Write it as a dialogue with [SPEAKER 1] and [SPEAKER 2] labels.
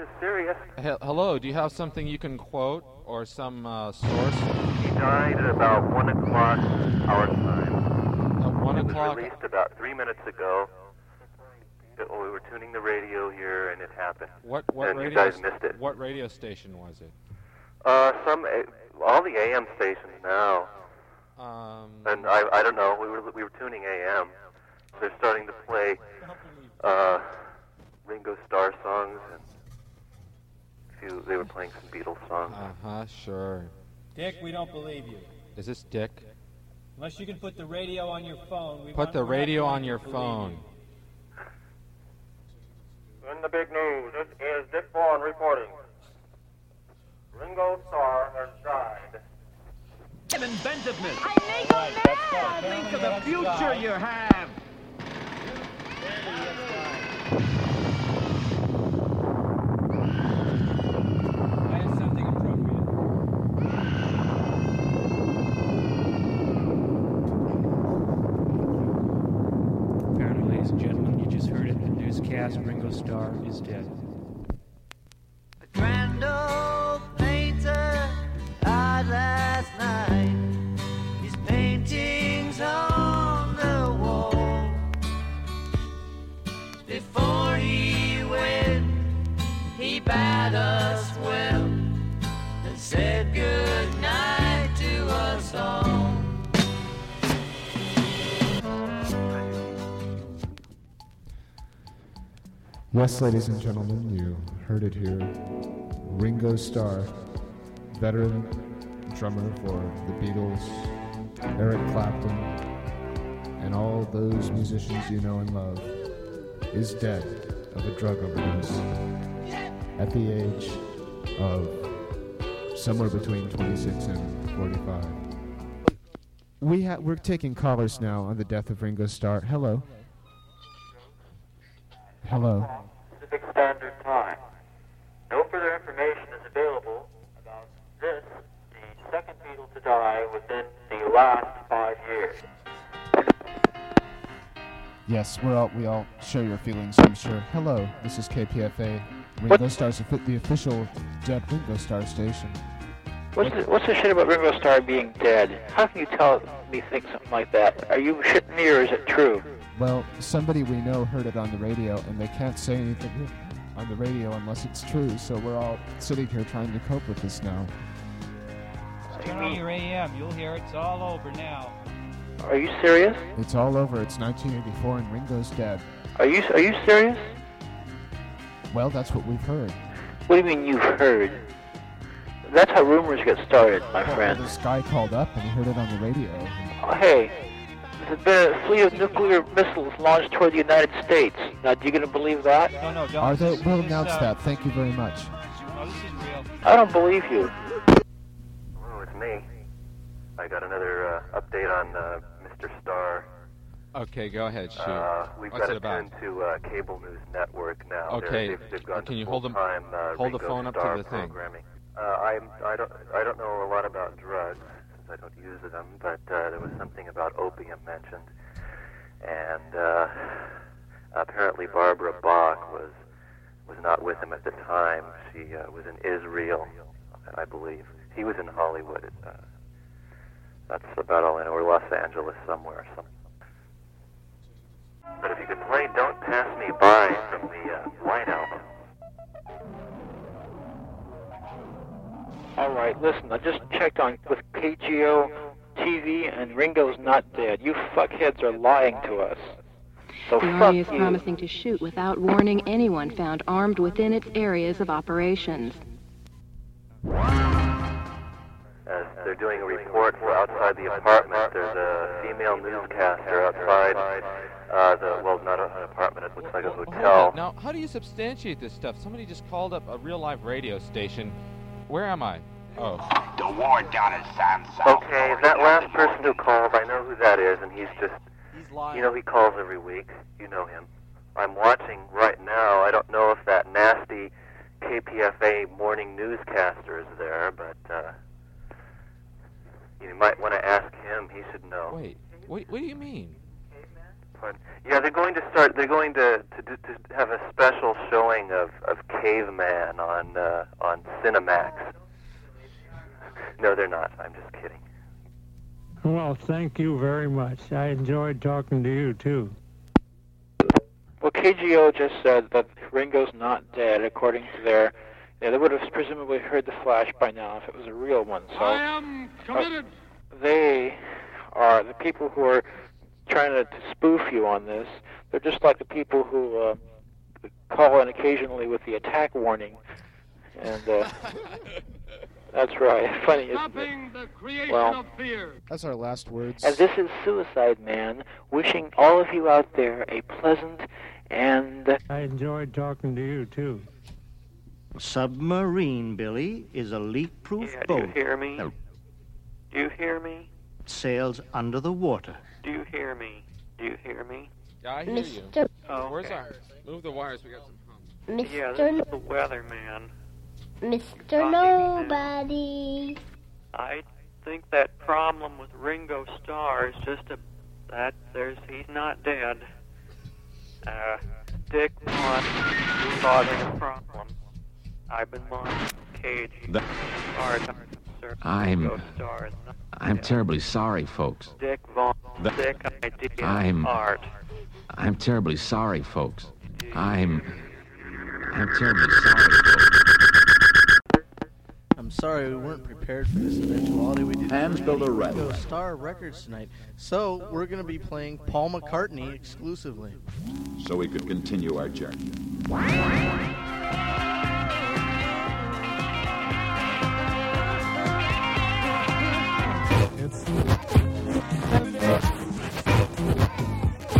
[SPEAKER 1] is serious.
[SPEAKER 2] He- hello, do you have something you can quote or some uh, source?
[SPEAKER 1] He died at about 1 o'clock our time.
[SPEAKER 2] At 1
[SPEAKER 1] It was
[SPEAKER 2] o'clock?
[SPEAKER 1] released about three minutes ago. It- we were tuning the radio here, and it happened.
[SPEAKER 2] What, what,
[SPEAKER 1] and
[SPEAKER 2] radio
[SPEAKER 1] you guys
[SPEAKER 2] s-
[SPEAKER 1] missed it.
[SPEAKER 2] what radio station was it?
[SPEAKER 1] Uh, some, A- all the AM stations now,
[SPEAKER 2] Um,
[SPEAKER 1] and I, I don't know. We were we were tuning AM. They're starting to play uh, Ringo Starr songs, and a few, they were playing some Beatles songs.
[SPEAKER 2] Uh huh, sure.
[SPEAKER 3] Dick, we don't believe you.
[SPEAKER 2] Is this Dick?
[SPEAKER 3] Unless you can put the radio on your phone. We
[SPEAKER 2] Put the radio on your phone.
[SPEAKER 4] In the big news, this is Dick Bourne reporting. Ringo Starr has died.
[SPEAKER 5] inventiveness.
[SPEAKER 3] Right, that's-
[SPEAKER 5] Think of the future you have.
[SPEAKER 3] I had something appropriate.
[SPEAKER 6] Apparently, ladies and gentlemen, you just heard it in the newscast. Ringo Starr is dead.
[SPEAKER 7] A grand old painter died last night. His paintings on the wall. Before he went, he bade us well and said good night to us all.
[SPEAKER 8] Yes, ladies and gentlemen, you heard it here. Ringo Starr, veteran drummer for the Beatles, Eric Clapton, and all those musicians you know and love, is dead of a drug overdose at the age of somewhere between 26 and 45. We ha- we're taking callers now on the death of Ringo Starr. Hello. Hello.
[SPEAKER 4] Pacific Standard Time. No further information is available about this, the second Beatle to die within the last five years.
[SPEAKER 8] Yes, we're all, we all share your feelings, I'm sure. Hello, this is KPFA, Ringo Starr's, offi- the official Dead Ringo Star station.
[SPEAKER 9] What's the, what's the shit about Ringo Starr being dead? How can you tell me think something like that? Are you shitting me or is it true?
[SPEAKER 8] Well, somebody we know heard it on the radio, and they can't say anything on the radio unless it's true, so we're all sitting here trying to cope with this now.
[SPEAKER 3] Turn on your AM. You'll hear it's all over now.
[SPEAKER 9] Are you serious?
[SPEAKER 8] It's all over, it's 1984, and Ringo's dead.
[SPEAKER 9] Are you are you serious?
[SPEAKER 8] Well, that's what we've heard.
[SPEAKER 9] What do you mean you've heard? That's how rumors get started, my
[SPEAKER 8] Well,
[SPEAKER 9] friend.
[SPEAKER 8] this guy called up and he heard it on the radio.
[SPEAKER 9] Oh, hey, there's been a fleet of nuclear missiles launched toward the United States. Now, do you gonna believe that?
[SPEAKER 3] No, no, don't.
[SPEAKER 8] Are they,
[SPEAKER 3] This-
[SPEAKER 8] we'll
[SPEAKER 3] this,
[SPEAKER 8] announce
[SPEAKER 3] uh,
[SPEAKER 8] that, thank you very much.
[SPEAKER 3] No, this is real.
[SPEAKER 9] I don't believe you.
[SPEAKER 1] Oh, it's me. I got another uh, update on uh, Mr. Starr.
[SPEAKER 2] Okay, go ahead, shoot.
[SPEAKER 1] Uh, we've
[SPEAKER 2] What's
[SPEAKER 1] got
[SPEAKER 2] it
[SPEAKER 1] to
[SPEAKER 2] about?
[SPEAKER 1] turn to uh, cable news network now. They're-
[SPEAKER 2] Okay,
[SPEAKER 1] they've, they've gone to
[SPEAKER 2] can you hold 'em-
[SPEAKER 1] full-time, uh,
[SPEAKER 2] hold the
[SPEAKER 1] Ringo
[SPEAKER 2] phone up to
[SPEAKER 1] Starr
[SPEAKER 2] the thing?
[SPEAKER 1] programming. Uh, I'm, I don't I don't know a lot about drugs since I don't use them, but uh, there was something about opium mentioned, and uh, apparently Barbara Bach was was not with him at the time. She uh, was in Israel, I believe. He was in Hollywood. Uh, that's about all I know, or Los Angeles somewhere or something. But if you could play Don't Pass Me By from the uh, White Album.
[SPEAKER 9] All right, listen. I just checked on with KGO TV, and Ringo's not dead. You fuckheads are lying to us. So
[SPEAKER 10] The
[SPEAKER 9] fuck
[SPEAKER 10] Army
[SPEAKER 9] you.
[SPEAKER 10] is promising to shoot without warning anyone found armed within its areas of operations.
[SPEAKER 1] As they're doing a report for outside the apartment, there's a female newscaster outside uh, the, well, not a- an apartment, it looks like a
[SPEAKER 2] Well, hold
[SPEAKER 1] hotel.
[SPEAKER 2] up. Now, how do you substantiate this stuff? Somebody just called up a real live radio station. Where am I? Oh,
[SPEAKER 11] The war down at Sam South.
[SPEAKER 1] Okay, that last person who called, I know who that is, and he's just,
[SPEAKER 3] He's lying.
[SPEAKER 1] you know, he calls every week. You know him. I'm watching right now. I don't know if that nasty KPFA morning newscaster is there, but uh, you might want to ask him. He should know.
[SPEAKER 2] wait. What, what do you mean?
[SPEAKER 1] fun. Yeah, they're going to start. They're going to to, do- to have a special showing of of Caveman on uh, on Cinemax. No, they're not. I'm just kidding.
[SPEAKER 12] Well, thank you very much. I enjoyed talking to you too.
[SPEAKER 13] Well, KGO just said that Ringo's not dead, according to their. Yeah, they would have presumably heard the flash by now if it was a real one. So I am committed. they are the people who are trying to, to spoof you on this. They're just like the people who uh, call in occasionally with the attack warning, and uh, that's right. Funny, isn't it? Well,
[SPEAKER 8] That's our last words.
[SPEAKER 13] And this is Suicide Man wishing all of you out there a pleasant and.
[SPEAKER 12] I enjoyed talking to you too.
[SPEAKER 14] Submarine, Billy, is a leak-proof
[SPEAKER 7] Yeah, do you
[SPEAKER 14] boat.
[SPEAKER 7] hear me? Do you hear me?
[SPEAKER 14] Sails under the water.
[SPEAKER 7] Do you hear me? Do you hear me?
[SPEAKER 15] Yeah, I hear you.
[SPEAKER 14] Mr.
[SPEAKER 7] Oh,
[SPEAKER 15] Where's
[SPEAKER 7] okay.
[SPEAKER 15] our? Move the wires. We got some.
[SPEAKER 7] Yeah,
[SPEAKER 16] Mr.
[SPEAKER 7] this is the weatherman.
[SPEAKER 16] Mr. Nobody.
[SPEAKER 7] I think that problem with Ringo Starr is just a that there's he's not dead. Uh, Dick Munt is causing a problem. I've been lying. Cage.
[SPEAKER 2] The-
[SPEAKER 7] Starr, sir.
[SPEAKER 2] I'm-
[SPEAKER 7] Ringo Starr is not
[SPEAKER 2] I'm terribly sorry, folks.
[SPEAKER 7] Dick Von.
[SPEAKER 2] The-
[SPEAKER 7] Dick idea.
[SPEAKER 2] I'm-
[SPEAKER 7] Art.
[SPEAKER 2] I'm terribly sorry, folks. I'm. I'm terribly sorry, folks.
[SPEAKER 17] I'm sorry we weren't prepared for this eventuality. We didn't
[SPEAKER 18] Pam's
[SPEAKER 17] have any
[SPEAKER 18] Builder Records.
[SPEAKER 17] Ringo Star Records tonight, so we're going to be playing Paul McCartney exclusively.
[SPEAKER 18] so we could continue our journey.